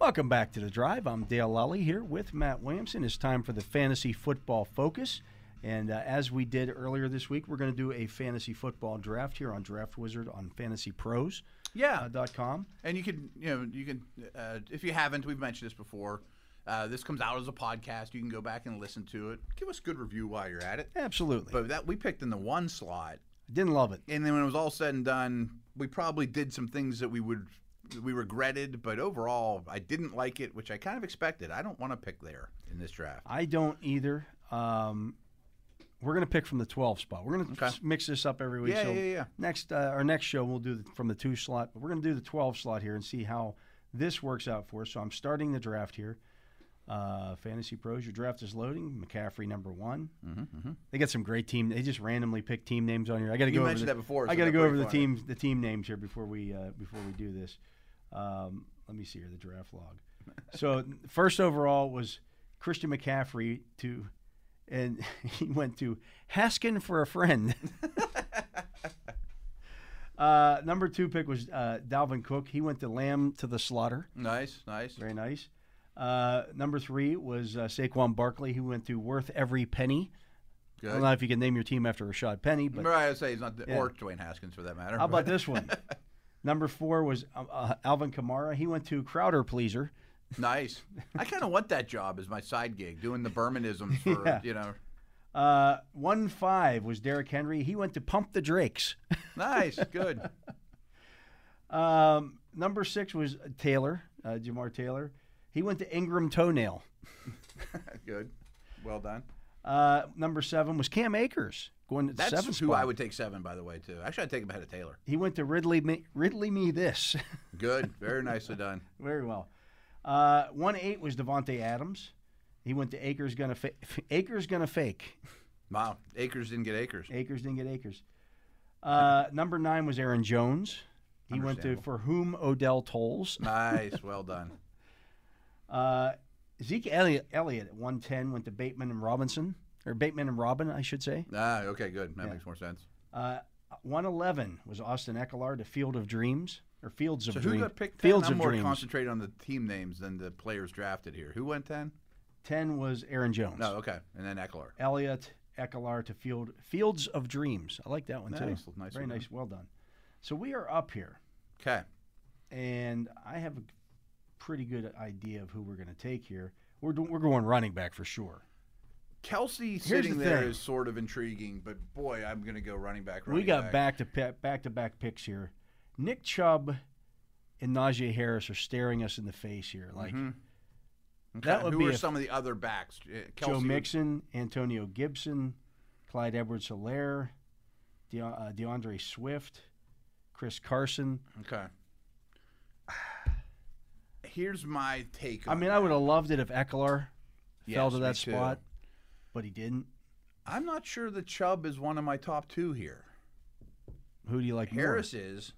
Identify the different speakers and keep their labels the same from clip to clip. Speaker 1: Welcome back to the drive. I'm Dale Lally here with Matt Williamson. It's time for the fantasy football focus. And uh, as we did earlier this week, we're going to do a fantasy football draft here on Draft Wizard on Uh, fantasypros.com.
Speaker 2: Yeah, and you can you know you can uh, if you haven't, we've mentioned this before. Uh, this comes out as a podcast. You can go back and listen to it. Give us a good review while you're at it.
Speaker 1: Absolutely.
Speaker 2: But that we picked in the one slot,
Speaker 1: Didn't love it.
Speaker 2: and then when it was all said and done, we probably did some things that we would we regretted. But overall, I didn't like it, which I kind of expected. I don't want to pick there in this draft.
Speaker 1: I don't either. Um, we're going to pick from the 12 spot. We're going to mix this up every week.
Speaker 2: Yeah,
Speaker 1: so
Speaker 2: yeah, yeah.
Speaker 1: Next, uh, our next show we'll do the, from the two slot, but we're going to do the 12 slot here and see how this works out for us. So I'm starting the draft here. Uh, Fantasy Pros, your draft is loading. McCaffrey number one.
Speaker 2: Mm-hmm,
Speaker 1: They got some great team. They just randomly pick team names on here. I got to
Speaker 2: You
Speaker 1: go over
Speaker 2: mentioned
Speaker 1: the,
Speaker 2: that before,
Speaker 1: I
Speaker 2: so
Speaker 1: got to
Speaker 2: they're
Speaker 1: go over
Speaker 2: pretty
Speaker 1: the
Speaker 2: funny.
Speaker 1: team the team names here before we uh, before we do this. Um, let me see here the draft log. So first overall was Christian McCaffrey to, and he went to Haskin for a friend. uh, number two pick was uh, Dalvin Cook. He went to Lamb to the slaughter.
Speaker 2: Nice, nice.
Speaker 1: Very nice. Uh, number three was uh, Saquon Barkley, who went to worth every penny. I
Speaker 2: Good.
Speaker 1: don't know if you can name your team after Rashad Penny, but
Speaker 2: Right, I'd say he's not, the,
Speaker 1: Yeah.
Speaker 2: or Dwayne Haskins for that matter.
Speaker 1: how about this one? Number four was uh, uh, Alvin Kamara. He went to Crowder Pleaser.
Speaker 2: Nice. I kind of want that job as my side gig, doing the Bermanisms for
Speaker 1: Yeah.
Speaker 2: you know.
Speaker 1: Uh, one five was Derrick Henry. He went to Pump the Drakes.
Speaker 2: Nice, good.
Speaker 1: Um, number six was Taylor, uh, Jamar Taylor. He went to Ingram Toenail.
Speaker 2: Good. Well done.
Speaker 1: Uh, number seven was Cam Akers going to the
Speaker 2: That's
Speaker 1: seventh
Speaker 2: who
Speaker 1: spot.
Speaker 2: I would take seven, by the way, too. Actually, I'd take him ahead of Taylor.
Speaker 1: He went to Ridley me, Ridley me this
Speaker 2: Good. Very nicely done.
Speaker 1: very well. Uh, one eight was Devonte Adams. He went to Akers gonna fa- Akers gonna fake.
Speaker 2: Wow. Acres didn't get acres.
Speaker 1: Akers didn't get Akers. Uh, number nine was Aaron Jones. He went to
Speaker 2: Understandable.
Speaker 1: for whom Odell tolls.
Speaker 2: Nice. Well done.
Speaker 1: Uh, Zeke Elliott, Elliott at 110 went to Bateman and Robinson, or Bateman and Robin, I should say.
Speaker 2: Ah, okay, good. That makes more sense.
Speaker 1: Uh, 111 was Austin Eckler to Field of Dreams, or Fields of
Speaker 2: So
Speaker 1: Dreams.
Speaker 2: who got picked 10?
Speaker 1: Fields
Speaker 2: I'm
Speaker 1: of
Speaker 2: more
Speaker 1: Dreams.
Speaker 2: concentrated on the team names than the players drafted here. Who went 10?
Speaker 1: 10 was Aaron Jones.
Speaker 2: No, okay. And then Eckler.
Speaker 1: Elliott, Eckler to Field Fields of Dreams. I like that one too.
Speaker 2: Nice, nice
Speaker 1: Very
Speaker 2: one.
Speaker 1: nice. Well done. So we are up here.
Speaker 2: Okay.
Speaker 1: and I have a pretty good idea of who we're going to take here. We're do- we're going running back for sure.
Speaker 2: Kelsey
Speaker 1: Here's
Speaker 2: sitting
Speaker 1: the
Speaker 2: there
Speaker 1: thing.
Speaker 2: is sort of intriguing, but boy, I'm going to go running back.
Speaker 1: we
Speaker 2: running
Speaker 1: got back to pe- back to back picks here. Nick Chubb and Najee Harris are staring us in the face here. Like
Speaker 2: Mm-hmm. Okay.
Speaker 1: that would
Speaker 2: Who
Speaker 1: be
Speaker 2: are
Speaker 1: a-
Speaker 2: some of the other backs? Uh, Kelsey
Speaker 1: Joe
Speaker 2: would-
Speaker 1: Mixon, Antonio Gibson, Clyde edwards hilaire De- uh, DeAndre Swift, Chris Carson.
Speaker 2: Okay. Here's my take.
Speaker 1: I
Speaker 2: on
Speaker 1: mean, I
Speaker 2: that.
Speaker 1: would have loved it if Eckler fell
Speaker 2: Yes,
Speaker 1: to
Speaker 2: me
Speaker 1: that
Speaker 2: too.
Speaker 1: spot, but he didn't.
Speaker 2: I'm not sure that Chubb is one of my top two here.
Speaker 1: Who do you like more?
Speaker 2: Harris is.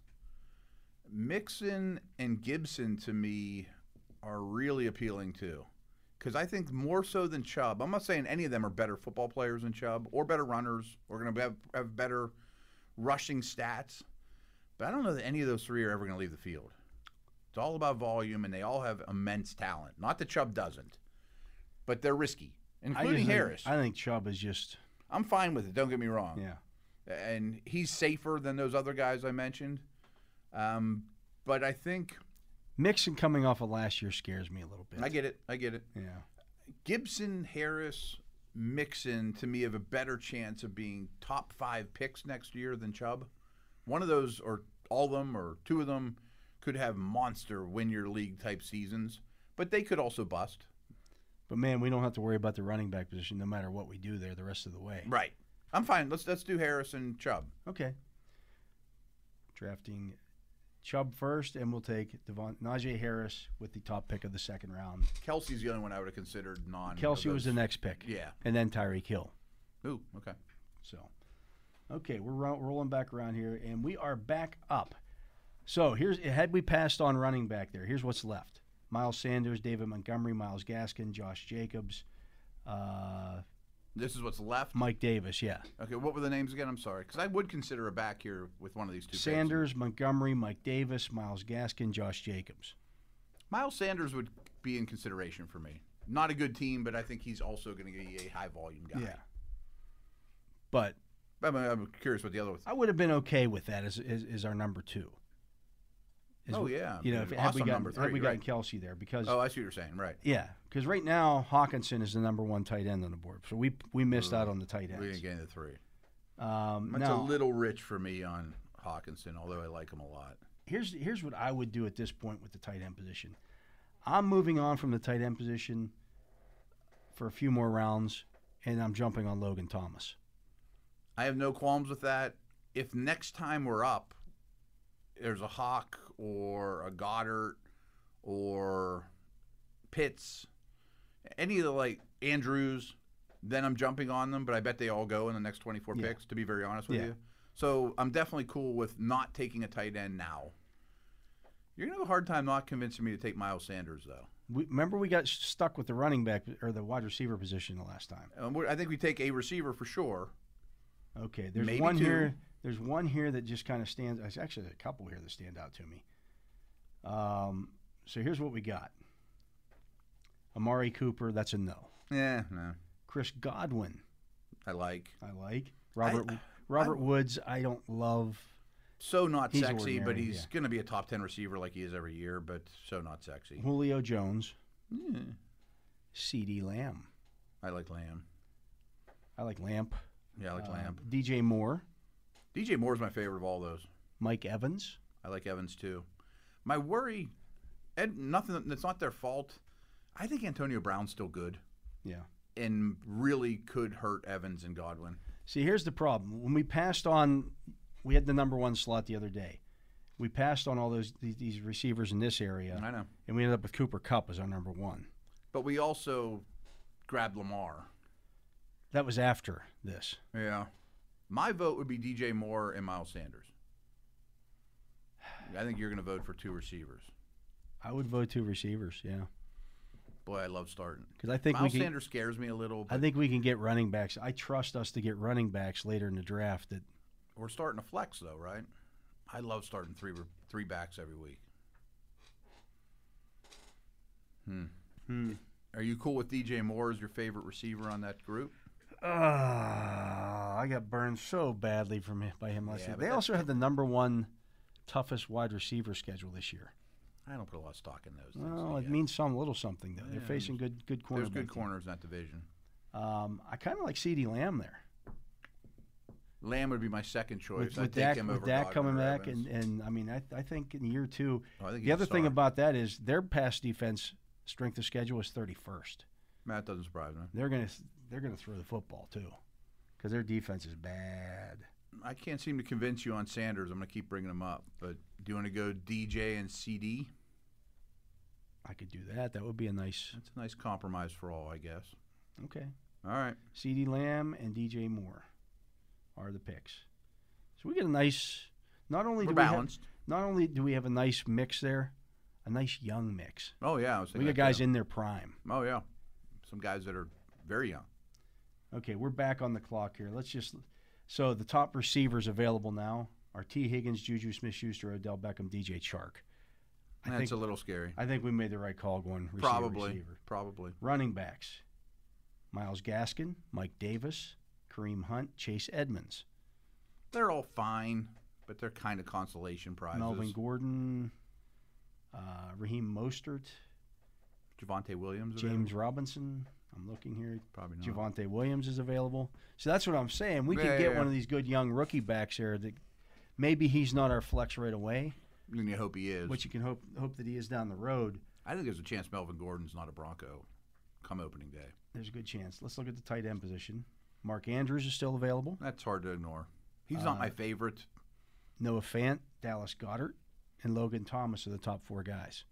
Speaker 2: Mixon and Gibson to me are really appealing too. Because I think more so than Chubb, I'm not saying any of them are better football players than Chubb or better runners or going to have, have better rushing stats. But I don't know that any of those three are ever going to leave the field. It's all about volume, and they all have immense talent. Not that Chubb doesn't, but they're risky,
Speaker 1: I just
Speaker 2: including
Speaker 1: think-
Speaker 2: Harris.
Speaker 1: I think Chubb is just
Speaker 2: I'm fine with it. Don't get me wrong
Speaker 1: yeah.
Speaker 2: and he's safer than those other guys I mentioned. Um, but I think
Speaker 1: Mixon coming off of last year scares me a little bit.
Speaker 2: I get it. I get it.
Speaker 1: yeah.
Speaker 2: Gibson, Harris, Mixon to me have a better chance of being top five picks next year than Chubb. One of those, or all of them, or two of them, could have monster win your league type seasons, but they could also bust.
Speaker 1: But But man, we don't have to worry about the running back position no matter what we do there the rest of the way.
Speaker 2: Right. I'm fine. Let's let's do Harris and Chubb.
Speaker 1: Okay. Drafting Chubb first, and we'll take Devon Najee Harris with the top pick of the second round.
Speaker 2: Kelsey's the only one I would have considered non.
Speaker 1: Kelsey
Speaker 2: of
Speaker 1: was the
Speaker 2: those-
Speaker 1: next pick,
Speaker 2: Yeah.
Speaker 1: and then Tyreek Hill.
Speaker 2: Ooh. Okay.
Speaker 1: So, okay, we're ro- rolling back around here, and we are back up. So here's had we passed on running back there. Here's what's left: Miles Sanders, David Montgomery, Miles Gaskin, Josh Jacobs, uh,
Speaker 2: This is what's left.
Speaker 1: Mike Davis. Yeah,
Speaker 2: Okay. What were the names again? I'm sorry, because I would consider a back here with one of these two. picks.
Speaker 1: Sanders, Montgomery, Mike Davis, Miles Gaskin, Josh Jacobs.
Speaker 2: Miles Sanders would be in consideration for me. Not a good team, but I think he's also going to be a high volume guy.
Speaker 1: but
Speaker 2: I'm, I'm curious what the other one.
Speaker 1: I would have been okay with that as as, as our number two. Is-
Speaker 2: Oh yeah.
Speaker 1: you know, if, had we
Speaker 2: Awesome
Speaker 1: gotten,
Speaker 2: number
Speaker 1: had
Speaker 2: three,
Speaker 1: we gotten
Speaker 2: right.
Speaker 1: Kelsey there because
Speaker 2: Oh, I see what you're saying. Right.
Speaker 1: Yeah, because right now Hawkinson is the number one tight end on the board, so we we missed out on the tight
Speaker 2: Mm. We didn't
Speaker 1: ends.
Speaker 2: get the three.
Speaker 1: Um,
Speaker 2: That's a
Speaker 1: now,
Speaker 2: little rich for me on Hawkinson, although I like him a lot.
Speaker 1: here's here's what I would do at this point with the tight end position. I'm moving on from the tight end position for a few more rounds, and I'm jumping on Logan Thomas.
Speaker 2: I have no qualms with that. If next time we're up, there's a Hawk or a Goddard or Pitts, any of the like Andrews, then I'm jumping on them. But I bet they all go in the next 24
Speaker 1: Yeah.
Speaker 2: picks. To be very honest with
Speaker 1: Yeah.
Speaker 2: you, so I'm definitely cool with not taking a tight end now. You're gonna have a hard time not convincing me to take Miles Sanders though.
Speaker 1: We, remember, we got stuck with the running back or the wide receiver position the last time.
Speaker 2: Um, we're- I think we take a receiver for sure.
Speaker 1: Okay, there's
Speaker 2: Maybe
Speaker 1: one
Speaker 2: two.
Speaker 1: here. There's one here that just kind of stands. There's actually a couple here that stand out to me. Um, so here's what we got. Amari Cooper, that's a no.
Speaker 2: Yeah, no,
Speaker 1: Chris Godwin,
Speaker 2: Eh, I like.
Speaker 1: I like. Robert Robert Woods, I don't love.
Speaker 2: so not
Speaker 1: He's
Speaker 2: sexy, but
Speaker 1: ordinary,
Speaker 2: he's
Speaker 1: yeah.
Speaker 2: going to be a top 10 receiver like he is every year, but so not sexy.
Speaker 1: Julio Jones,
Speaker 2: Yeah.
Speaker 1: C.D. Lamb.
Speaker 2: I like Lamb.
Speaker 1: I like Lamp.
Speaker 2: Yeah, I like
Speaker 1: Uh,
Speaker 2: Lamb.
Speaker 1: DJ Moore,
Speaker 2: DJ Moore's my favorite of all those.
Speaker 1: Mike Evans.
Speaker 2: I like Evans too. My worry, and nothing that's not their fault. I think Antonio Brown's still good
Speaker 1: Yeah.
Speaker 2: and really could hurt Evans and Godwin.
Speaker 1: See, here's the problem. When we passed on, we had the number one slot the other day. We passed on all those these, these receivers in this area.
Speaker 2: I know.
Speaker 1: and we ended up with Cooper Cup as our number one.
Speaker 2: But we also grabbed Lamar.
Speaker 1: That was after this.
Speaker 2: Yeah. My vote would be DJ Moore and Miles Sanders. I think you're going to vote for two receivers.
Speaker 1: I would vote two receivers, yeah,
Speaker 2: Boy, I love starting.
Speaker 1: because I think
Speaker 2: Miles
Speaker 1: we can.
Speaker 2: Sanders scares me a little.
Speaker 1: I think we can get running backs. I trust us to get running backs later in the draft. That
Speaker 2: We're starting to flex though, right? I love starting three three backs every week. Hmm. Are you cool with DJ Moore as your favorite receiver on that group?
Speaker 1: uh, ah, I got burned so badly from hi- by him last
Speaker 2: Yeah,
Speaker 1: year.
Speaker 2: but
Speaker 1: They
Speaker 2: that-
Speaker 1: also had the number one toughest wide receiver schedule this year.
Speaker 2: I don't put a lot of stock in those. Things
Speaker 1: Well,
Speaker 2: so
Speaker 1: it
Speaker 2: yeah.
Speaker 1: means some little something though.
Speaker 2: Yeah,
Speaker 1: They're facing good good corners.
Speaker 2: there's good corners in that division.
Speaker 1: Um, I kind of like Ceedee Lamb there
Speaker 2: Lamb would be my second choice.
Speaker 1: with,
Speaker 2: I'd
Speaker 1: with
Speaker 2: take
Speaker 1: Dak,
Speaker 2: him
Speaker 1: with
Speaker 2: over
Speaker 1: Dak
Speaker 2: Goddard
Speaker 1: coming
Speaker 2: or
Speaker 1: back,
Speaker 2: Evans.
Speaker 1: and, and I mean I, I think in year two
Speaker 2: Oh, I think he's
Speaker 1: The
Speaker 2: a
Speaker 1: other thing
Speaker 2: star.
Speaker 1: about that is their pass defense strength of schedule is 31st.
Speaker 2: Matt doesn't surprise me.
Speaker 1: They're gonna they're gonna throw the football too, because their defense is bad.
Speaker 2: I can't seem to convince you on Sanders. I'm going to keep bringing him up, but do you want to go DJ and CD?
Speaker 1: I could do that. That would be a nice
Speaker 2: That's a nice compromise for all, I guess.
Speaker 1: okay.
Speaker 2: All right.
Speaker 1: C.D. Lamb and D.J. Moore are the picks. So we get a nice. Not only
Speaker 2: We're
Speaker 1: do
Speaker 2: balanced.
Speaker 1: we have, not only do we have a nice mix there, a nice young mix.
Speaker 2: Oh yeah, I was
Speaker 1: We got
Speaker 2: thinking that,
Speaker 1: guys
Speaker 2: too.
Speaker 1: in their prime.
Speaker 2: Oh yeah, some guys that are very young.
Speaker 1: Okay, we're back on the clock here. Let's just so the top receivers available now are T. Higgins, Juju Smith-Schuster, Odell Beckham, DJ Chark. I
Speaker 2: That's
Speaker 1: think
Speaker 2: a little scary.
Speaker 1: I think we made the right call going receiver,
Speaker 2: Probably,
Speaker 1: receiver.
Speaker 2: probably.
Speaker 1: Running backs: Miles Gaskin, Mike Davis, Kareem Hunt, Chase Edmonds,
Speaker 2: They're all fine, but they're kind of consolation prizes.
Speaker 1: Melvin Gordon, uh, Raheem Mostert,
Speaker 2: Javante Williams, available?
Speaker 1: James Robinson. I'm looking here.
Speaker 2: probably not.
Speaker 1: Javante Williams is available. So that's what I'm saying. We
Speaker 2: Yeah,
Speaker 1: could
Speaker 2: yeah,
Speaker 1: get
Speaker 2: yeah.
Speaker 1: one of these good young rookie backs here that maybe he's not our flex right away,
Speaker 2: And you hope he is.
Speaker 1: which you can hope hope that he is down the road.
Speaker 2: I think there's a chance Melvin Gordon's not a Bronco. come opening day.
Speaker 1: There's a good chance. Let's look at the tight end position. Mark Andrews is still available.
Speaker 2: That's hard to ignore. He's not
Speaker 1: Uh,
Speaker 2: my favorite.
Speaker 1: Noah Fant, Dallas Goddard, and Logan Thomas are the top four guys.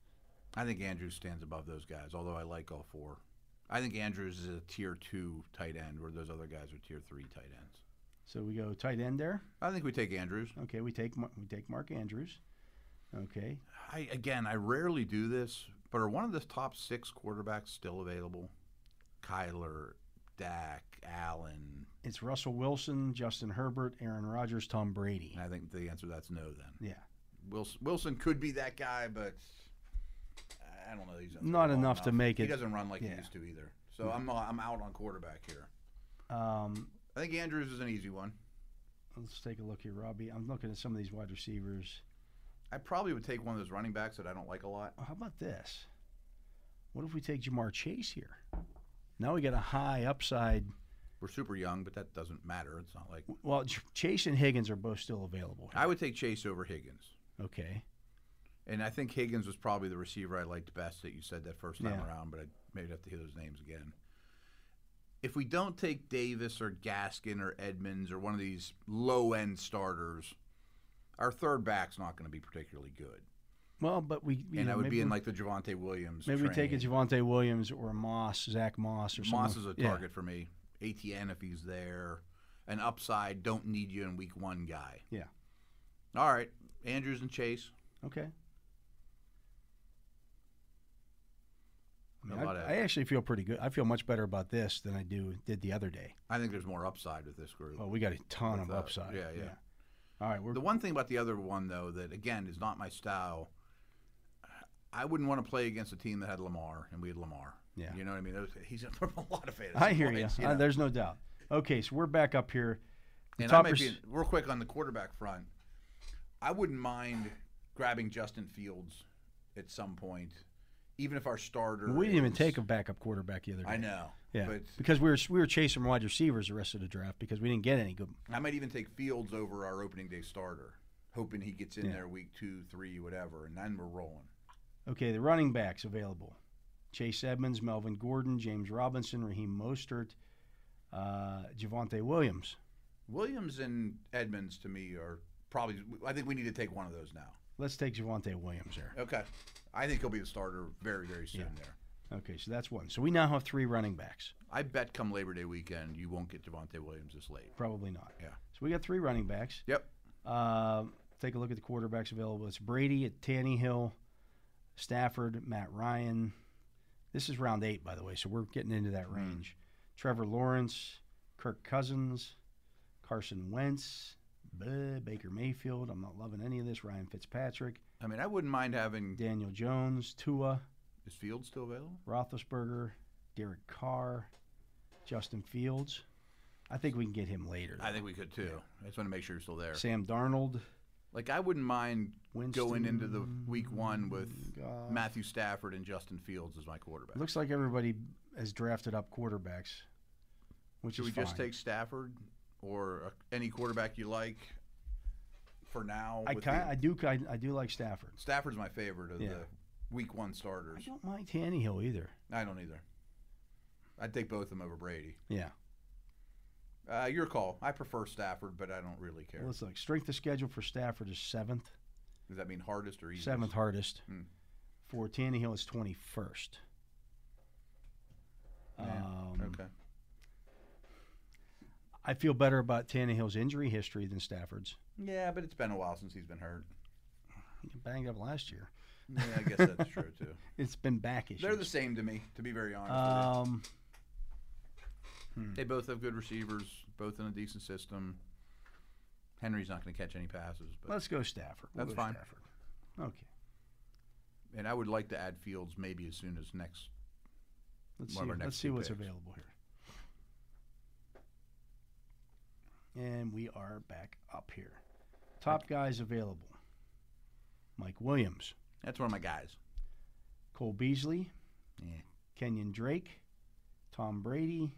Speaker 2: I think Andrews stands above those guys, although I like all four. I think Andrews is a tier two tight end, where those other guys are tier three tight ends.
Speaker 1: So we go tight end there.
Speaker 2: I think we take Andrews.
Speaker 1: Okay, we take Mar- we take Mark Andrews. Okay,
Speaker 2: I again, I rarely do this, but are one of the top six quarterbacks still available? Kyler, Dak, Allen.
Speaker 1: it's Russell Wilson, Justin Herbert, Aaron Rodgers, Tom Brady.
Speaker 2: I think the answer to that's no. Then
Speaker 1: Yeah,
Speaker 2: Wilson, Wilson could be that guy, but I don't know. He's done
Speaker 1: Not
Speaker 2: well
Speaker 1: enough to make
Speaker 2: He
Speaker 1: it-
Speaker 2: doesn't run like
Speaker 1: yeah.
Speaker 2: he used to either. So I'm uh, I'm out on quarterback here.
Speaker 1: um,
Speaker 2: I think Andrews is an easy one.
Speaker 1: let's take a look here, Robbie. I'm looking at some of these wide receivers.
Speaker 2: I probably would take one of those running backs that I don't like a lot.
Speaker 1: Oh, how about this? What if we take Jamar Chase here? Now we got a high upside.
Speaker 2: We're super young, but that doesn't matter. It's not like
Speaker 1: Well, Ch- Chase and Higgins are both still available.
Speaker 2: I would take Chase over Higgins.
Speaker 1: Okay.
Speaker 2: And I think Higgins was probably the receiver I liked best that you said that first time
Speaker 1: Yeah.
Speaker 2: around, but I maybe have to hear those names again. If we don't take Davis or Gaskin or Edmonds or one of these low end starters, our third back's not going to be particularly good.
Speaker 1: Well, but we you
Speaker 2: and
Speaker 1: know,
Speaker 2: I would
Speaker 1: maybe
Speaker 2: be in
Speaker 1: we-
Speaker 2: like the Javante Williams.
Speaker 1: maybe we take
Speaker 2: train.
Speaker 1: a Javante Williams or Moss, Zach Moss or
Speaker 2: Moss is
Speaker 1: someone.
Speaker 2: a
Speaker 1: Yeah.
Speaker 2: target for me. ATN if he's there. An upside, don't need you in week one guy.
Speaker 1: Yeah.
Speaker 2: All right. Andrews and Chase.
Speaker 1: Okay. I, mean,
Speaker 2: A
Speaker 1: I-
Speaker 2: lot of-
Speaker 1: I actually feel pretty good. I feel much better about this than I do did the other day.
Speaker 2: I think there's more upside with this group.
Speaker 1: Well, we got a ton
Speaker 2: With
Speaker 1: of
Speaker 2: that,
Speaker 1: upside.
Speaker 2: yeah, yeah.
Speaker 1: All right, we're
Speaker 2: The one thing about the other one, though, that again is not my style. I wouldn't want to play against a team that had Lamar, and we had Lamar.
Speaker 1: Yeah.
Speaker 2: you know what I mean. Those- He's up for a lot of fantasy.
Speaker 1: I hear you.
Speaker 2: points,
Speaker 1: Uh,
Speaker 2: know?
Speaker 1: there's no doubt. Okay, so we're back up here. The
Speaker 2: and
Speaker 1: top
Speaker 2: I might
Speaker 1: rec-
Speaker 2: be, real quick on the quarterback front. I wouldn't mind grabbing Justin Fields at some point, even if our starter.
Speaker 1: we didn't even
Speaker 2: is-
Speaker 1: take a backup quarterback the other day.
Speaker 2: I know.
Speaker 1: Yeah,
Speaker 2: but
Speaker 1: because we were we were chasing wide receivers the rest of the draft because we didn't get any good.
Speaker 2: I might even take Fields over our opening day starter, hoping he gets in
Speaker 1: Yeah.
Speaker 2: there week two, three, whatever, and then we're rolling.
Speaker 1: Okay, the running backs available: Chase Edmonds, Melvin Gordon, James Robinson, Raheem Mostert, uh, Javante Williams.
Speaker 2: Williams and Edmonds to me are probably. I think we need to take one of those now.
Speaker 1: Let's take Javante Williams there.
Speaker 2: Okay, I think he'll be the starter very very soon. There,
Speaker 1: Okay, so that's one. So we now have three running backs.
Speaker 2: I bet come Labor Day weekend you won't get Devontae Williams this late.
Speaker 1: Probably not.
Speaker 2: Yeah.
Speaker 1: So we got three running backs.
Speaker 2: Yep,
Speaker 1: Um, take a look at the quarterbacks available. It's Brady at Tannehill, Stafford, Matt Ryan. This is round eight, by the way, so we're getting into
Speaker 2: Hmm.
Speaker 1: that range. Trevor Lawrence, Kirk Cousins, Carson Wentz, bleh, Baker Mayfield. I'm not loving any of this. Ryan Fitzpatrick,
Speaker 2: I mean I wouldn't mind having.
Speaker 1: Daniel Jones, Tua,
Speaker 2: Is Field still available?
Speaker 1: Roethlisberger, Derek Carr, Justin Fields. I think we can get him later.
Speaker 2: I think we could too. I just want to make sure you're still there.
Speaker 1: Sam Darnold,
Speaker 2: Like I wouldn't mind going into the week one with
Speaker 1: Goff.
Speaker 2: Matthew Stafford and Justin Fields as my quarterback.
Speaker 1: It Uh, looks like everybody has drafted up quarterbacks, which
Speaker 2: Should
Speaker 1: is
Speaker 2: we just
Speaker 1: fine.
Speaker 2: take Stafford or uh, any quarterback you like for now?
Speaker 1: I
Speaker 2: with
Speaker 1: kind
Speaker 2: the-
Speaker 1: I do kind I do like Stafford.
Speaker 2: Stafford's my favorite of
Speaker 1: Yeah.
Speaker 2: the week one
Speaker 1: I
Speaker 2: starters.
Speaker 1: don't mind Tannehill either.
Speaker 2: I don't either. I'd take both of them over Brady.
Speaker 1: Yeah,
Speaker 2: Uh, your call. I prefer Stafford, but I don't really care.
Speaker 1: Well, let's look. Strength of schedule for Stafford is seventh,
Speaker 2: Does that mean hardest or easiest?
Speaker 1: seventh hardest.
Speaker 2: Hmm.
Speaker 1: For Tannehill, it's twenty first.
Speaker 2: Yeah,
Speaker 1: Um,
Speaker 2: Okay.
Speaker 1: I feel better about Tannehill's injury history than Stafford's.
Speaker 2: Yeah, but it's been a while since he's been hurt.
Speaker 1: He got banged up last year.
Speaker 2: Yeah, I guess that's true too.
Speaker 1: It's been back issues.
Speaker 2: They're the same to me, to be very honest. with
Speaker 1: um,
Speaker 2: you. They both have good receivers, both in a decent system. Henry's not going to catch any passes, but
Speaker 1: let's go Stafford. We'll
Speaker 2: That's
Speaker 1: go
Speaker 2: fine.
Speaker 1: Stafford. Okay.
Speaker 2: and I would like to add Fields maybe as soon as next.
Speaker 1: Let's
Speaker 2: one of
Speaker 1: see.
Speaker 2: our next
Speaker 1: Let's see
Speaker 2: two
Speaker 1: what's
Speaker 2: picks.
Speaker 1: available here. And we are back up here. Top guys available: Mike Williams,
Speaker 2: That's one of my guys.
Speaker 1: Cole Beasley,
Speaker 2: Yeah.
Speaker 1: Kenyon Drake, Tom Brady,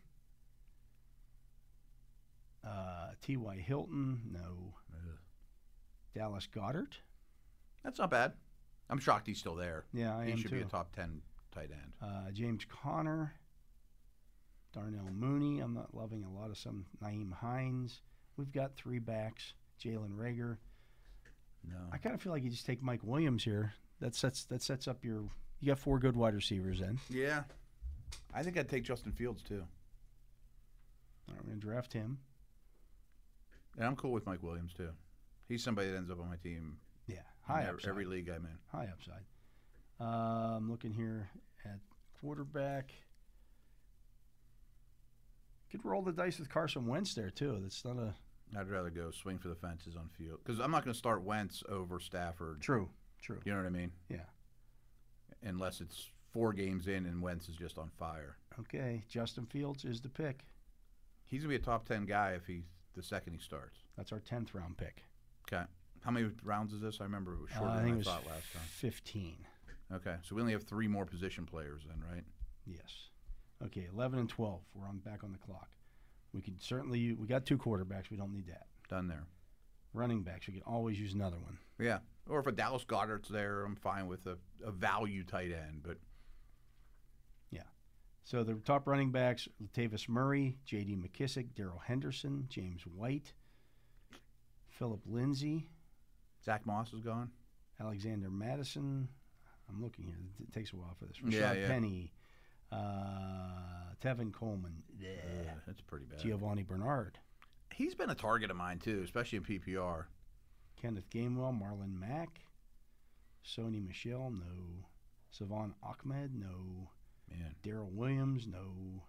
Speaker 1: uh, T.Y. Hilton, no,
Speaker 2: Ugh.
Speaker 1: Dallas Goddard.
Speaker 2: That's not bad. I'm shocked he's still there.
Speaker 1: Yeah, I
Speaker 2: he
Speaker 1: am
Speaker 2: should
Speaker 1: too.
Speaker 2: be a top ten tight end.
Speaker 1: uh, James Connor, Darnell Mooney. I'm not loving a lot of some Naeem Hines. We've got three backs. Jalen Rager.
Speaker 2: No.
Speaker 1: I kind of feel like you just take Mike Williams here. That sets that sets up your. You got four good wide receivers then.
Speaker 2: Yeah. I think I'd take Justin Fields too.
Speaker 1: All right, we're gonna draft him.
Speaker 2: And I'm cool with Mike Williams too. He's somebody that ends up on my team
Speaker 1: Yeah,
Speaker 2: in
Speaker 1: high
Speaker 2: ev-
Speaker 1: upside.
Speaker 2: every league I'm in.
Speaker 1: high upside. Uh, I'm looking here at quarterback. Could roll the dice with Carson Wentz there too. That's not a
Speaker 2: I'd rather go swing for the fences on field because I'm not going to start Wentz over Stafford.
Speaker 1: true, true.
Speaker 2: You know what I mean?
Speaker 1: Yeah.
Speaker 2: Unless it's four games in and Wentz is just on fire.
Speaker 1: Okay, Justin Fields is the pick.
Speaker 2: He's going to be a top ten guy if he the second he starts.
Speaker 1: That's our tenth round pick.
Speaker 2: Okay. How many rounds is this? I remember it was shorter
Speaker 1: Uh, I
Speaker 2: than
Speaker 1: think
Speaker 2: I
Speaker 1: it was
Speaker 2: thought last time.
Speaker 1: fifteen.
Speaker 2: Okay, so we only have three more position players then, right?
Speaker 1: Yes. Okay, eleven and twelve. We're on back on the clock. We could certainly we got two quarterbacks. We don't need that.
Speaker 2: Done there.
Speaker 1: Running backs. We could always use another one.
Speaker 2: Yeah. Or if a Dallas Goddard's there, I'm fine with a, a value tight end. But
Speaker 1: So the top running backs: Latavius Murray, J.D. McKissick, Daryl Henderson, James White, Philip Lindsay,
Speaker 2: Zach Moss is gone.
Speaker 1: Alexander Madison. I'm looking here. It takes a while for this. Rashad
Speaker 2: Yeah, yeah.
Speaker 1: Penny, uh, Tevin Coleman,
Speaker 2: Ugh, Uh, that's pretty bad.
Speaker 1: Giovanni Bernard,
Speaker 2: He's been a target of mine too, especially in PPR.
Speaker 1: Kenneth Gainwell, Marlon Mack, Sony Michelle, no. Savon Ahmed, no.
Speaker 2: Man,
Speaker 1: Daryl Williams, no.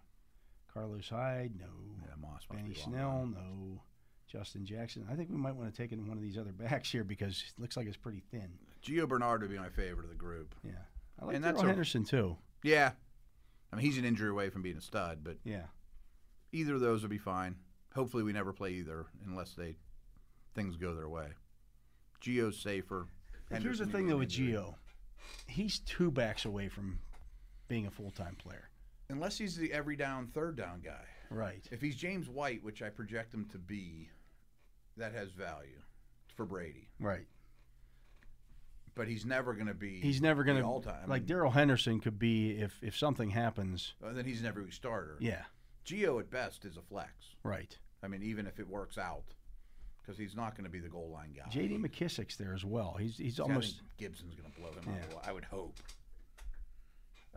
Speaker 1: Carlos Hyde, no.
Speaker 2: yeah, Moss must
Speaker 1: Benny
Speaker 2: be long
Speaker 1: Snell,
Speaker 2: gone.
Speaker 1: no. Justin Jackson. I think we might want to take in one of these other backs here because it looks like it's pretty thin.
Speaker 2: Gio Bernard would be my favorite of the group.
Speaker 1: Yeah. I like
Speaker 2: And
Speaker 1: Daryl
Speaker 2: that's a-
Speaker 1: Henderson too.
Speaker 2: Yeah, I mean he's an injury away from being a stud, but
Speaker 1: Yeah.
Speaker 2: either of those would be fine. Hopefully, we never play either unless they things go their way. Gio's safer.
Speaker 1: And here's the
Speaker 2: Henderson,
Speaker 1: thing
Speaker 2: he
Speaker 1: though
Speaker 2: was
Speaker 1: with
Speaker 2: an injury.
Speaker 1: Gio. He's two backs away from being a full time player.
Speaker 2: unless he's the every down, third down guy.
Speaker 1: Right.
Speaker 2: If he's James White, which I project him to be, that has value for Brady.
Speaker 1: Right.
Speaker 2: But he's never going to be.
Speaker 1: He's never gonna
Speaker 2: the all-time. I
Speaker 1: like
Speaker 2: mean-
Speaker 1: Daryl Henderson could be if if something happens.
Speaker 2: uh, then he's never a starter.
Speaker 1: Yeah.
Speaker 2: Geo at best is a flex.
Speaker 1: Right.
Speaker 2: I mean, even if it works out, because he's not going to be the goal line guy.
Speaker 1: J.D. McKissick's there as well. He's he's
Speaker 2: I think
Speaker 1: almost
Speaker 2: Gibson's going to blow him
Speaker 1: Yeah.
Speaker 2: out. of the wa- I would hope.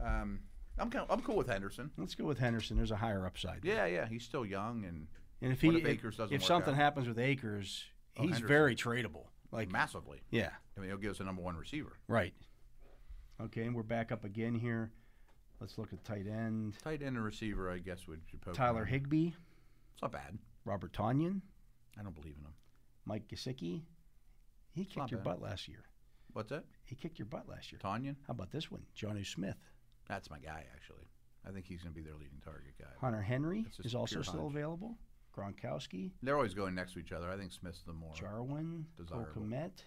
Speaker 2: Um, I'm kind I'm cool with Henderson.
Speaker 1: Let's go with Henderson. There's a higher upside.
Speaker 2: Yeah, yeah, he's still young and
Speaker 1: And if he
Speaker 2: What if
Speaker 1: if-
Speaker 2: Akers doesn't
Speaker 1: if
Speaker 2: work
Speaker 1: something
Speaker 2: out?
Speaker 1: happens with Akers,
Speaker 2: Oh,
Speaker 1: he's
Speaker 2: Henderson.
Speaker 1: very tradable. Like
Speaker 2: massively.
Speaker 1: yeah,
Speaker 2: I mean, he'll give us a number one receiver.
Speaker 1: right. Okay, and we're back up again here. Let's look at tight end.
Speaker 2: Tight end and receiver, I guess, would you poke
Speaker 1: Tyler
Speaker 2: around.
Speaker 1: Higbee,
Speaker 2: It's not bad.
Speaker 1: Robert Tonyan,
Speaker 2: I don't believe in him.
Speaker 1: Mike Gesicki. He kicked
Speaker 2: not
Speaker 1: your
Speaker 2: bad.
Speaker 1: butt last year.
Speaker 2: What's that?
Speaker 1: He kicked your butt last year.
Speaker 2: Tanyan?
Speaker 1: How about this one? Johnny Smith.
Speaker 2: That's my guy, actually. I think he's going to be their leading target guy.
Speaker 1: Hunter Henry
Speaker 2: That's just
Speaker 1: is also
Speaker 2: pure
Speaker 1: still
Speaker 2: hunch.
Speaker 1: available. Gronkowski,
Speaker 2: They're always going next to each other. I think Smith's the more.
Speaker 1: Jarwin,
Speaker 2: desirable.
Speaker 1: Komet,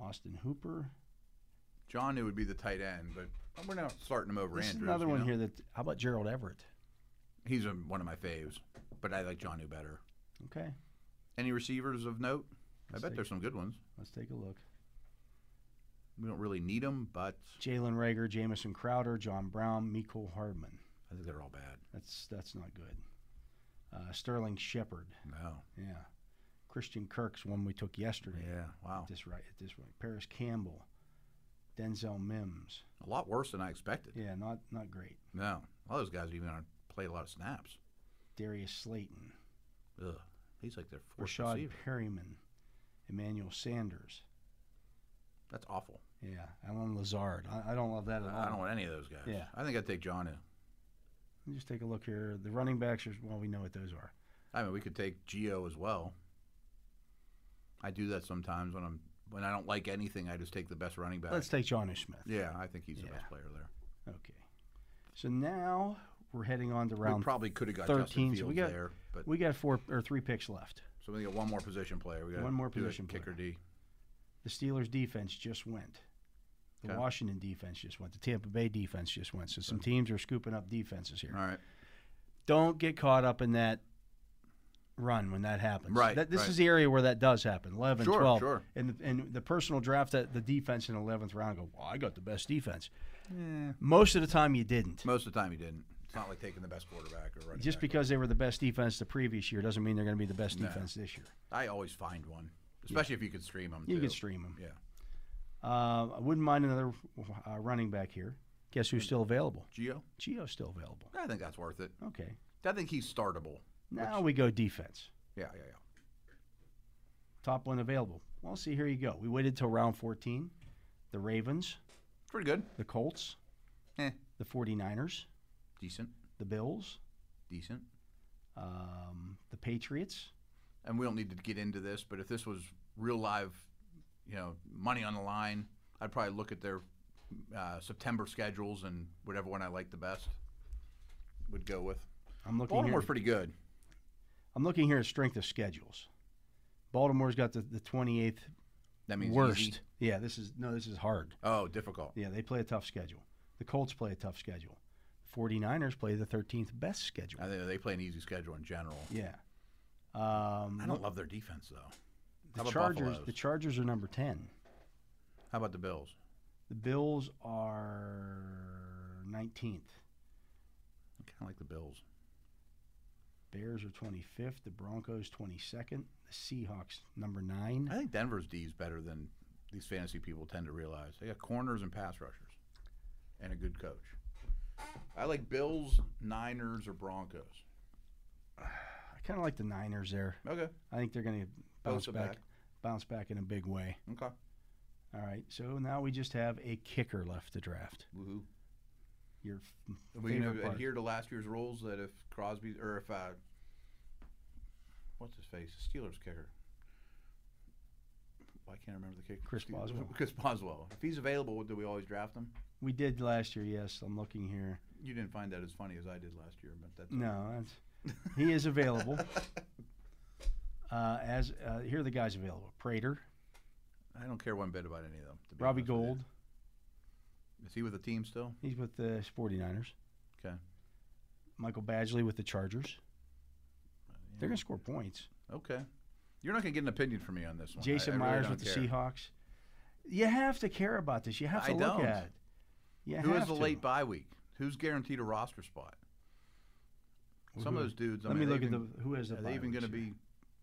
Speaker 1: Austin Hooper.
Speaker 2: John, it would be the tight end, but we're not starting him over
Speaker 1: This
Speaker 2: Andrews.
Speaker 1: is another
Speaker 2: you
Speaker 1: one
Speaker 2: know?
Speaker 1: here that. How about Gerald Everett?
Speaker 2: He's a, one of my faves, but I like John better.
Speaker 1: Okay,
Speaker 2: Any receivers of note?
Speaker 1: Let's
Speaker 2: I bet
Speaker 1: take-
Speaker 2: there's some good ones.
Speaker 1: let's take a look.
Speaker 2: We don't really need them, but
Speaker 1: Jalen Rager, Jamison Crowder, John Brown, Miko Hardman.
Speaker 2: I think they're all bad.
Speaker 1: That's that's not good. Uh, Sterling Shepard,
Speaker 2: No.
Speaker 1: yeah. Christian Kirk's one we took yesterday.
Speaker 2: Yeah. Wow.
Speaker 1: At this right, at this right. Paris Campbell, Denzel Mims.
Speaker 2: A lot worse than I expected.
Speaker 1: Yeah, not not great.
Speaker 2: No. A lot of those guys even aren't played a lot of snaps.
Speaker 1: Darius Slayton,
Speaker 2: Ugh. He's like their fourth
Speaker 1: Rashad
Speaker 2: receiver.
Speaker 1: Perryman, Emmanuel Sanders.
Speaker 2: That's awful.
Speaker 1: Yeah, Alan Lazard. I, I don't love that at all.
Speaker 2: I don't want any of those guys.
Speaker 1: Oh. Yeah.
Speaker 2: I think I'd take John
Speaker 1: Let me just take a look here. The running backs are well, we know what those are.
Speaker 2: I mean, we could take Geo as well. I do that sometimes when I'm when I don't like anything. I just take the best running back.
Speaker 1: Let's take Johnny Smith.
Speaker 2: yeah, I think he's the
Speaker 1: Yeah.
Speaker 2: best player there.
Speaker 1: Okay. So now we're headting on to
Speaker 2: we
Speaker 1: round
Speaker 2: probably could have got
Speaker 1: 13,
Speaker 2: Justin
Speaker 1: so
Speaker 2: Fields
Speaker 1: we got-
Speaker 2: there, but
Speaker 1: We got four or three picks left.
Speaker 2: so we got one more position player. We got
Speaker 1: One more
Speaker 2: do a
Speaker 1: position
Speaker 2: kicker D.
Speaker 1: The Steelers defense just went. The
Speaker 2: Okay.
Speaker 1: Washington defense just went. The Tampa Bay defense just went. So some teams are scooping up defenses here.
Speaker 2: All right,
Speaker 1: Don't get caught up in that run when that happens.
Speaker 2: Right,
Speaker 1: That, this
Speaker 2: right.
Speaker 1: is the area where that does happen. 11,
Speaker 2: Sure,
Speaker 1: 12.
Speaker 2: sure.
Speaker 1: And the, and the personal draft that the defense in the 11th round go, well, I got the best defense. Most of the time you didn't.
Speaker 2: most of the time he didn't. It's not like taking the best quarterback or running
Speaker 1: Just
Speaker 2: back.
Speaker 1: because they were the best defense the previous year doesn't mean they're going to be the best defense this year.
Speaker 2: I always find one, especially if you could stream them.
Speaker 1: You
Speaker 2: too.
Speaker 1: could stream them.
Speaker 2: Yeah.
Speaker 1: Uh, I wouldn't mind another uh, running back here. Guess who's still available?
Speaker 2: Geo.
Speaker 1: Gio's still available.
Speaker 2: I think that's worth it.
Speaker 1: Okay.
Speaker 2: I think he's startable.
Speaker 1: Now we go defense.
Speaker 2: Yeah, yeah, yeah.
Speaker 1: Top one available. Well, see, here you go. We waited till round 14. The Ravens,
Speaker 2: Pretty good.
Speaker 1: the Colts,
Speaker 2: Eh.
Speaker 1: the 49ers,
Speaker 2: Decent.
Speaker 1: the Bills,
Speaker 2: Decent.
Speaker 1: um, the Patriots.
Speaker 2: And we don't need to get into this, but if this was real live, you know, money on the line, I'd probably look at their uh, September schedules and whatever one I like the best would go with.
Speaker 1: I'm looking here.
Speaker 2: Baltimore's pretty good.
Speaker 1: I'm looking here at strength of schedules. Baltimore's got the, the 28th
Speaker 2: That means
Speaker 1: worst.
Speaker 2: easy.
Speaker 1: Yeah, this is no, this is hard.
Speaker 2: Oh, difficult.
Speaker 1: Yeah, they play a tough schedule. The Colts play a tough schedule. 49ers play the 13th best schedule.
Speaker 2: I think they play an easy schedule in general.
Speaker 1: Yeah. Um,
Speaker 2: I don't love their defense though.
Speaker 1: the
Speaker 2: how about
Speaker 1: Chargers.
Speaker 2: Buffalo's?
Speaker 1: The Chargers are number 10.
Speaker 2: How about the Bills?
Speaker 1: The Bills are 19th.
Speaker 2: I kind of like the Bills.
Speaker 1: Bears are 25th. The Broncos 22nd. The Seahawks number nine.
Speaker 2: I think Denver's D is better than these fantasy people tend to realize. They got corners and pass rushers, and a good coach. I like Bills, Niners, or Broncos.
Speaker 1: I kind of like the Niners there.
Speaker 2: Okay,
Speaker 1: I think they're going to bounce
Speaker 2: are
Speaker 1: back,
Speaker 2: back.
Speaker 1: bounce back in a big way.
Speaker 2: okay.
Speaker 1: All right. So now we just have a kicker left to draft.
Speaker 2: Woohoo!
Speaker 1: Your f-
Speaker 2: Are we gonna
Speaker 1: favorite part.
Speaker 2: adhere to last year's rules that if Crosby or if uh, what's his face, the Steelers kicker. Well, I can't remember the kicker.
Speaker 1: Chris
Speaker 2: Steel-
Speaker 1: Boswell.
Speaker 2: Chris Boswell. If he's available, do we always draft him?
Speaker 1: we did last year. Yes, I'm looking here.
Speaker 2: You didn't find that as funny as I did last year, but that's
Speaker 1: No, that's, he is available. Uh, as uh, here are the guys available: Prater,
Speaker 2: I don't care one bit about any of them. to be
Speaker 1: Robbie
Speaker 2: honest with you.
Speaker 1: Gold.
Speaker 2: Is he with the team still?
Speaker 1: He's with the 49ers.
Speaker 2: Okay.
Speaker 1: Michael Badgley with the Chargers. They're going to score points.
Speaker 2: Okay. You're not going to get an opinion from me on this one. I-
Speaker 1: Jason
Speaker 2: I really
Speaker 1: Myers
Speaker 2: don't
Speaker 1: with the
Speaker 2: care.
Speaker 1: Seahawks. You have to care about this. You have
Speaker 2: I
Speaker 1: to look
Speaker 2: don't.
Speaker 1: at it. You
Speaker 2: Who
Speaker 1: have
Speaker 2: has the
Speaker 1: to.
Speaker 2: late bye week? Who's guaranteed a roster spot? Some of
Speaker 1: Who-
Speaker 2: those dudes. I
Speaker 1: Let
Speaker 2: mean,
Speaker 1: me
Speaker 2: they
Speaker 1: look
Speaker 2: even,
Speaker 1: at the who has the.
Speaker 2: Are
Speaker 1: bye
Speaker 2: they even going
Speaker 1: weeks
Speaker 2: to
Speaker 1: here.
Speaker 2: be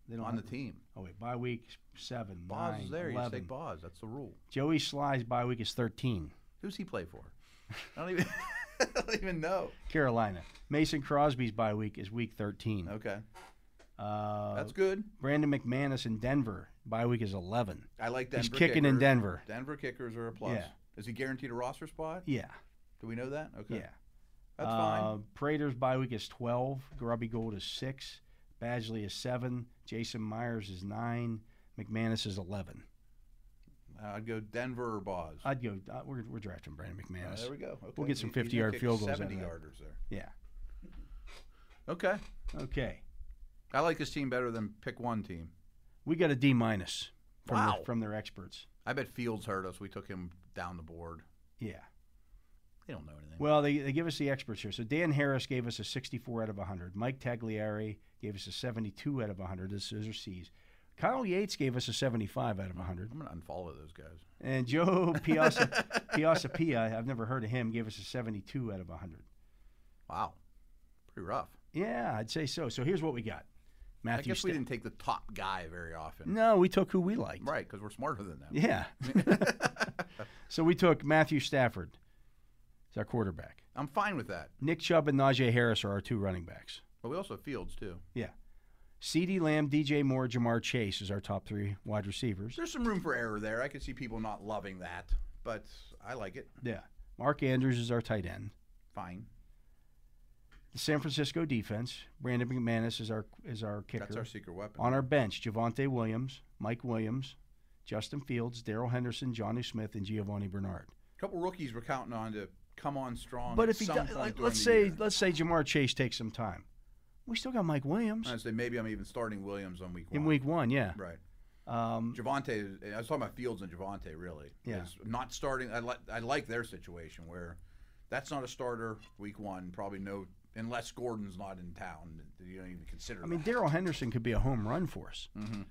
Speaker 1: They don't
Speaker 2: on the
Speaker 1: have-
Speaker 2: team?
Speaker 1: Oh wait, bye week seven,
Speaker 2: Boz
Speaker 1: nine,
Speaker 2: is there. You say
Speaker 1: 11.
Speaker 2: Boz. That's the rule.
Speaker 1: Joey Sly's bye week is thirteen.
Speaker 2: Who's he play for? I don't even. I don't even know.
Speaker 1: Carolina. Mason Crosby's bye week is week thirteen.
Speaker 2: Okay,
Speaker 1: Uh,
Speaker 2: that's good.
Speaker 1: Brandon McManus in Denver. Bye week is eleven.
Speaker 2: I like Denver.
Speaker 1: He's kicking in
Speaker 2: kickers.
Speaker 1: Denver.
Speaker 2: Denver kickers are a plus.
Speaker 1: Yeah.
Speaker 2: Is he guaranteed a roster spot?
Speaker 1: Yeah,
Speaker 2: Do we know that? Okay.
Speaker 1: yeah.
Speaker 2: That's
Speaker 1: uh,
Speaker 2: fine.
Speaker 1: Prater's bye week is 12. Grubby Gold is 6. Badgley is 7. Jason Myers is 9. McManus is 11.
Speaker 2: Uh, I'd go Denver or Boz.
Speaker 1: I'd go, uh, we're, we're drafting Brandon
Speaker 2: All right,
Speaker 1: McManus.
Speaker 2: there we go. Okay.
Speaker 1: We'll get some
Speaker 2: He- he's gonna
Speaker 1: 50-yard
Speaker 2: kick
Speaker 1: field goals out of
Speaker 2: Seventy
Speaker 1: that.
Speaker 2: yarders there.
Speaker 1: yeah.
Speaker 2: Okay.
Speaker 1: Okay.
Speaker 2: I like his team better than pick one team.
Speaker 1: We got a D minus from, their-
Speaker 2: Wow.
Speaker 1: from their experts.
Speaker 2: I bet Fields hurt us. We took him down the board.
Speaker 1: Yeah.
Speaker 2: They don't know anything.
Speaker 1: Well, they, they give us the experts here. So Dan Harris gave us a 64 out of 100. Mike Tagliari gave us a 72 out of 100. This is our C's. Kyle Yates gave us a 75 out of 100.
Speaker 2: I'm gonna unfollow those guys.
Speaker 1: And Joe Piazza, Piazza Pia, I've never heard of him, gave us a 72 out of 100.
Speaker 2: Wow, pretty rough.
Speaker 1: Yeah, I'd say so. So here's what we got
Speaker 2: I
Speaker 1: Matthew
Speaker 2: guess we
Speaker 1: Sta-
Speaker 2: didn't take the top guy very often,
Speaker 1: No, we took who we liked.
Speaker 2: right? Because we're smarter than them.
Speaker 1: Yeah. so we took Matthew Stafford, as our quarterback.
Speaker 2: I'm fine with that.
Speaker 1: Nick Chubb and Najee Harris are our two running backs.
Speaker 2: But we also have Fields too.
Speaker 1: Yeah. CeeDee Lamb, DJ Moore, Jamar Chase is our top three wide receivers.
Speaker 2: There's some room for error there. I could see people not loving that, but I like it.
Speaker 1: Yeah. Mark Andrews is our tight end.
Speaker 2: Fine.
Speaker 1: The San Francisco defense, Brandon McManus is our is our kicker.
Speaker 2: That's our secret weapon.
Speaker 1: On our bench, Javante Williams, Mike Williams, Justin Fields, Daryl Henderson, Johnny Smith, and Giovanni Bernard.
Speaker 2: A couple rookies we're counting on to come on strong.
Speaker 1: But
Speaker 2: at
Speaker 1: if he
Speaker 2: some
Speaker 1: does,
Speaker 2: point
Speaker 1: like,
Speaker 2: during
Speaker 1: let's
Speaker 2: the
Speaker 1: say
Speaker 2: year.
Speaker 1: let's say Jamar Chase takes some time, we still got Mike Williams
Speaker 2: I'd say maybe I'm even starting Williams on week one.
Speaker 1: in week one. Yeah,
Speaker 2: right.
Speaker 1: um,
Speaker 2: Javante, I was talking about Fields and Javante, really.
Speaker 1: Yeah.
Speaker 2: Is Not starting. I like I like their situation where that's not a starter week one. Probably no, unless Gordon's not in town. You don't even consider.
Speaker 1: I mean
Speaker 2: that.
Speaker 1: Daryl Henderson could be a home run for us.
Speaker 2: Mm-hmm.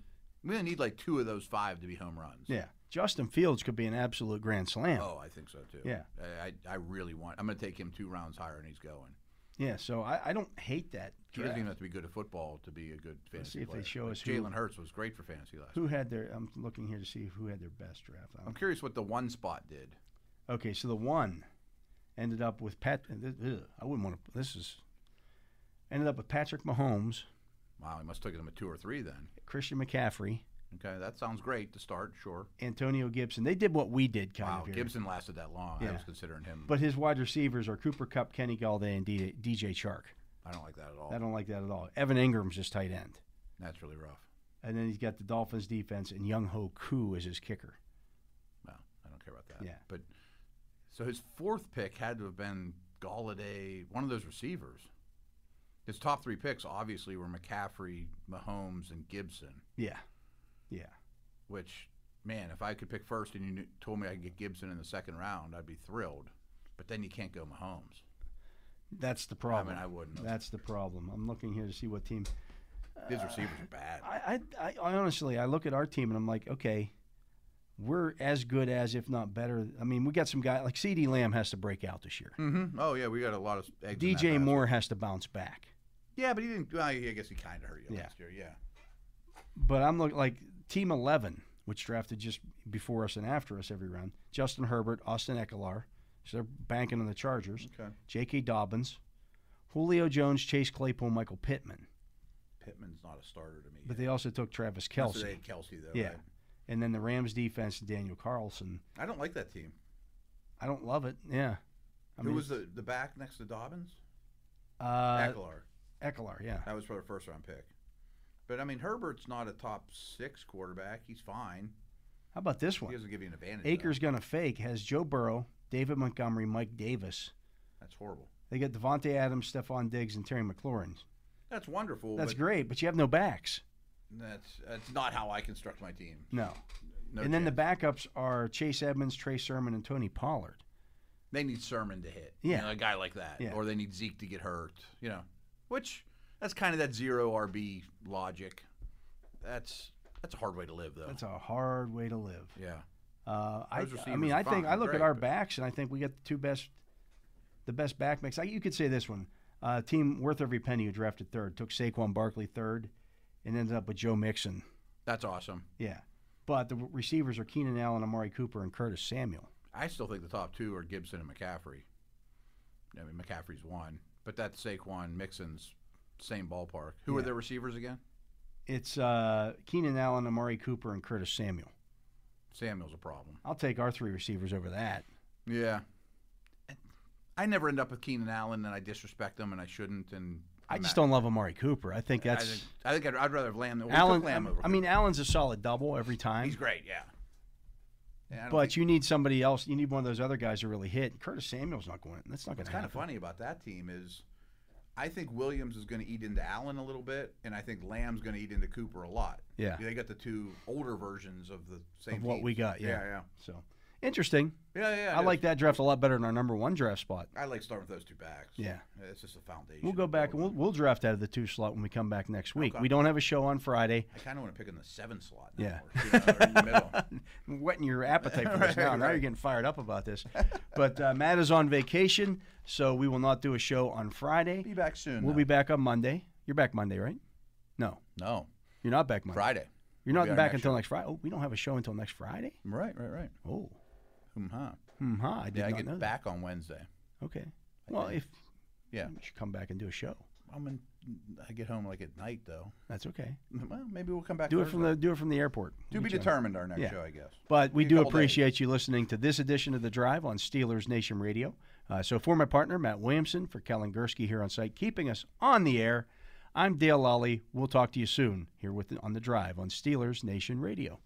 Speaker 2: we only need like two of those five to be home runs.
Speaker 1: Yeah, Justin Fields could be an absolute grand slam.
Speaker 2: Oh, I think so too.
Speaker 1: Yeah.
Speaker 2: I I, I really want. I'm going to take him two rounds higher, and he's going.
Speaker 1: Yeah, so I, I don't hate that.
Speaker 2: He doesn't
Speaker 1: draft.
Speaker 2: even have to be good at football to be a good
Speaker 1: see
Speaker 2: fantasy
Speaker 1: if they
Speaker 2: player.
Speaker 1: show
Speaker 2: Like,
Speaker 1: us who-
Speaker 2: Jalen Hurts was great for fantasy last. year.
Speaker 1: Who had their? I'm looking here to see who had their best draft. I
Speaker 2: I'm
Speaker 1: don't-
Speaker 2: curious what the one spot did.
Speaker 1: Okay, so the one ended up with Pat. and this- ugh, I wouldn't want to. This is ended up with Patrick Mahomes,
Speaker 2: Wow, he must have taken him a two or three then.
Speaker 1: Christian McCaffrey,
Speaker 2: Okay, that sounds great to start. Sure.
Speaker 1: Antonio Gibson. They did what we did, kind
Speaker 2: Wow,
Speaker 1: of. Here.
Speaker 2: Gibson lasted that long. I
Speaker 1: Yeah.
Speaker 2: was considering him.
Speaker 1: But his wide receivers are Cooper Cup, Kenny Galladay, and DJ, DJ Chark.
Speaker 2: I don't like that at all.
Speaker 1: I don't like that at all. Evan Ingram's his tight end,
Speaker 2: That's really rough.
Speaker 1: and then he's got the Dolphins defense and Young Ho Koo as his kicker.
Speaker 2: Well, I don't care about that.
Speaker 1: Yeah.
Speaker 2: But so his fourth pick had to have been Galladay, one of those receivers. His top three picks obviously were McCaffrey, Mahomes, and Gibson.
Speaker 1: Yeah, yeah.
Speaker 2: Which, man, if I could pick first and you knew, told me I could get Gibson in the second round, I'd be thrilled. But then you can't go Mahomes.
Speaker 1: That's the problem.
Speaker 2: I wouldn't.
Speaker 1: That's the problem. I'm looking here to see what team.
Speaker 2: His receivers are bad.
Speaker 1: I, I, I I honestly, I look at our team and I'm like, okay, we're as good as, if not better. I mean, we got some guy like C.D. Lamb has to break out this year.
Speaker 2: Mm-hmm. Oh yeah, we got a lot of eggs. in that
Speaker 1: DJ
Speaker 2: basket.
Speaker 1: Moore has to bounce back.
Speaker 2: Yeah, but he didn't. Well, I guess he kind of hurt you
Speaker 1: Yeah.
Speaker 2: last year. Yeah.
Speaker 1: But I'm looking like Team 11, which drafted just before us and after us every round. Justin Herbert, Austin Eckler, so they're banking on the Chargers.
Speaker 2: Okay.
Speaker 1: J.K. Dobbins, Julio Jones, Chase Claypool, Michael Pittman.
Speaker 2: Pittman's not a starter to me.
Speaker 1: But they also took Travis
Speaker 2: Unless they
Speaker 1: Kelsey.
Speaker 2: had Kelsey though.
Speaker 1: Yeah.
Speaker 2: right?
Speaker 1: And then the Rams defense, Daniel Carlson.
Speaker 2: I don't like that team.
Speaker 1: I don't love it. Yeah. I
Speaker 2: Who
Speaker 1: mean,
Speaker 2: was the, the back next to Dobbins?
Speaker 1: uh,
Speaker 2: Eckler.
Speaker 1: Eckler, yeah.
Speaker 2: That was for the first round pick. But I mean, Herbert's not a top six quarterback. He's fine.
Speaker 1: How about this
Speaker 2: He
Speaker 1: one?
Speaker 2: doesn't give you an advantage. though.
Speaker 1: Akers gonna fake has Joe Burrow, David Montgomery, Mike Davis.
Speaker 2: That's horrible.
Speaker 1: They got Devontae Adams, Stephon Diggs, and Terry McLaurin.
Speaker 2: That's wonderful.
Speaker 1: That's
Speaker 2: but
Speaker 1: great, but you have no backs.
Speaker 2: That's that's not how I construct my team.
Speaker 1: No.
Speaker 2: No
Speaker 1: and then the
Speaker 2: chance.
Speaker 1: backups are Chase Edmonds, Trey Sermon, and Tony Pollard.
Speaker 2: they need Sermon to hit.
Speaker 1: Yeah.
Speaker 2: You know, a guy like that,
Speaker 1: Yeah.
Speaker 2: or they need Zeke to get hurt. You know, which that's kind of that zero RB logic. That's that's a hard way to live though.
Speaker 1: That's a hard way to live.
Speaker 2: yeah.
Speaker 1: Uh, I, I
Speaker 2: Those receivers
Speaker 1: mean,
Speaker 2: are
Speaker 1: I think I
Speaker 2: fine,
Speaker 1: look at
Speaker 2: great,
Speaker 1: our
Speaker 2: but-
Speaker 1: backs and I think we got the two best, the best back mix. I, you could say this one, uh, team worth every penny who drafted third took Saquon Barkley third, and ended up with Joe Mixon.
Speaker 2: That's awesome.
Speaker 1: Yeah, but the receivers are Keenan Allen, Amari Cooper, and Curtis Samuel.
Speaker 2: I still think the top two are Gibson and McCaffrey. I mean, McCaffrey's one, but that's Saquon Mixon's same ballpark. Who are
Speaker 1: Yeah.
Speaker 2: their receivers again?
Speaker 1: It's uh, Keenan Allen, Amari Cooper, and Curtis Samuel.
Speaker 2: Samuel's a problem.
Speaker 1: I'll take our three receivers over that.
Speaker 2: Yeah. I never end up with Keenan Allen, and I disrespect him, and I shouldn't. And
Speaker 1: I
Speaker 2: I'm
Speaker 1: just
Speaker 2: mad.
Speaker 1: don't love Amari Cooper. I think
Speaker 2: I
Speaker 1: that's
Speaker 2: think, I think I'd, I'd rather have Lamb. than- we took
Speaker 1: Allen.
Speaker 2: Lamb over
Speaker 1: I mean, Allen's a solid double every
Speaker 2: Cooper.
Speaker 1: time.
Speaker 2: he's great. Yeah. yeah I don't
Speaker 1: But
Speaker 2: think-
Speaker 1: you need somebody else. You need one of those other guys to really hit. Curtis Samuel's not going. That's not going
Speaker 2: what's
Speaker 1: to
Speaker 2: kind
Speaker 1: happen.
Speaker 2: of funny about that team is, I think Williams is going to eat into Allen a little bit, and I think Lamb's going to eat into Cooper a lot.
Speaker 1: Yeah.
Speaker 2: They got the two older versions of the same.
Speaker 1: Of what
Speaker 2: teams.
Speaker 1: we got, yeah.
Speaker 2: yeah, yeah,
Speaker 1: So interesting.
Speaker 2: yeah. yeah,
Speaker 1: I
Speaker 2: it
Speaker 1: like
Speaker 2: is.
Speaker 1: that draft a lot better than our number one draft spot.
Speaker 2: I like starting with those two backs.
Speaker 1: Yeah.
Speaker 2: it's just a foundation.
Speaker 1: We'll go
Speaker 2: to
Speaker 1: back and
Speaker 2: build
Speaker 1: we'll,
Speaker 2: on.
Speaker 1: we'll draft out of the two slot when we come back next week.
Speaker 2: Okay.
Speaker 1: We don't have a show on Friday.
Speaker 2: I kind of want to pick in the seven slot. Now,
Speaker 1: Yeah.
Speaker 2: or, you know, or in the middle.
Speaker 1: whetting your appetite for this
Speaker 2: Right,
Speaker 1: now. Now you're
Speaker 2: right.
Speaker 1: getting fired up about this. But uh, Matt is on vacation, so we will not do a show on Friday.
Speaker 2: Be back soon.
Speaker 1: We'll
Speaker 2: though.
Speaker 1: be back on Monday. You're back Monday, right? No,
Speaker 2: no
Speaker 1: you're not back Monday.
Speaker 2: Friday.
Speaker 1: You're
Speaker 2: We'll
Speaker 1: not
Speaker 2: be our
Speaker 1: back
Speaker 2: next
Speaker 1: until next Friday. Oh, we don't have a show until next Friday.
Speaker 2: Right, right, right.
Speaker 1: Oh,
Speaker 2: Hmm, huh.
Speaker 1: hmm, huh? I did
Speaker 2: Yeah, I
Speaker 1: not
Speaker 2: get
Speaker 1: know that.
Speaker 2: back on Wednesday.
Speaker 1: Okay. Well, if
Speaker 2: Yeah,
Speaker 1: you should come back and do a show.
Speaker 2: I'm in. I get home like at night though.
Speaker 1: That's okay.
Speaker 2: Well, maybe we'll come back.
Speaker 1: Do it from the do it from the airport.
Speaker 2: To
Speaker 1: We'll
Speaker 2: be
Speaker 1: get you on.
Speaker 2: determined. Our next
Speaker 1: Yeah.
Speaker 2: show, I guess.
Speaker 1: But we
Speaker 2: Be a
Speaker 1: do
Speaker 2: couple days.
Speaker 1: appreciate you listening to this edition of The Drive on Steelers Nation Radio. Uh, so, for my partner, Matt Williamson, for Kellen Gursky here on site, keeping us on the air, I'm Dale Lally. We'll talk to you soon here with on The Drive on Steelers Nation Radio.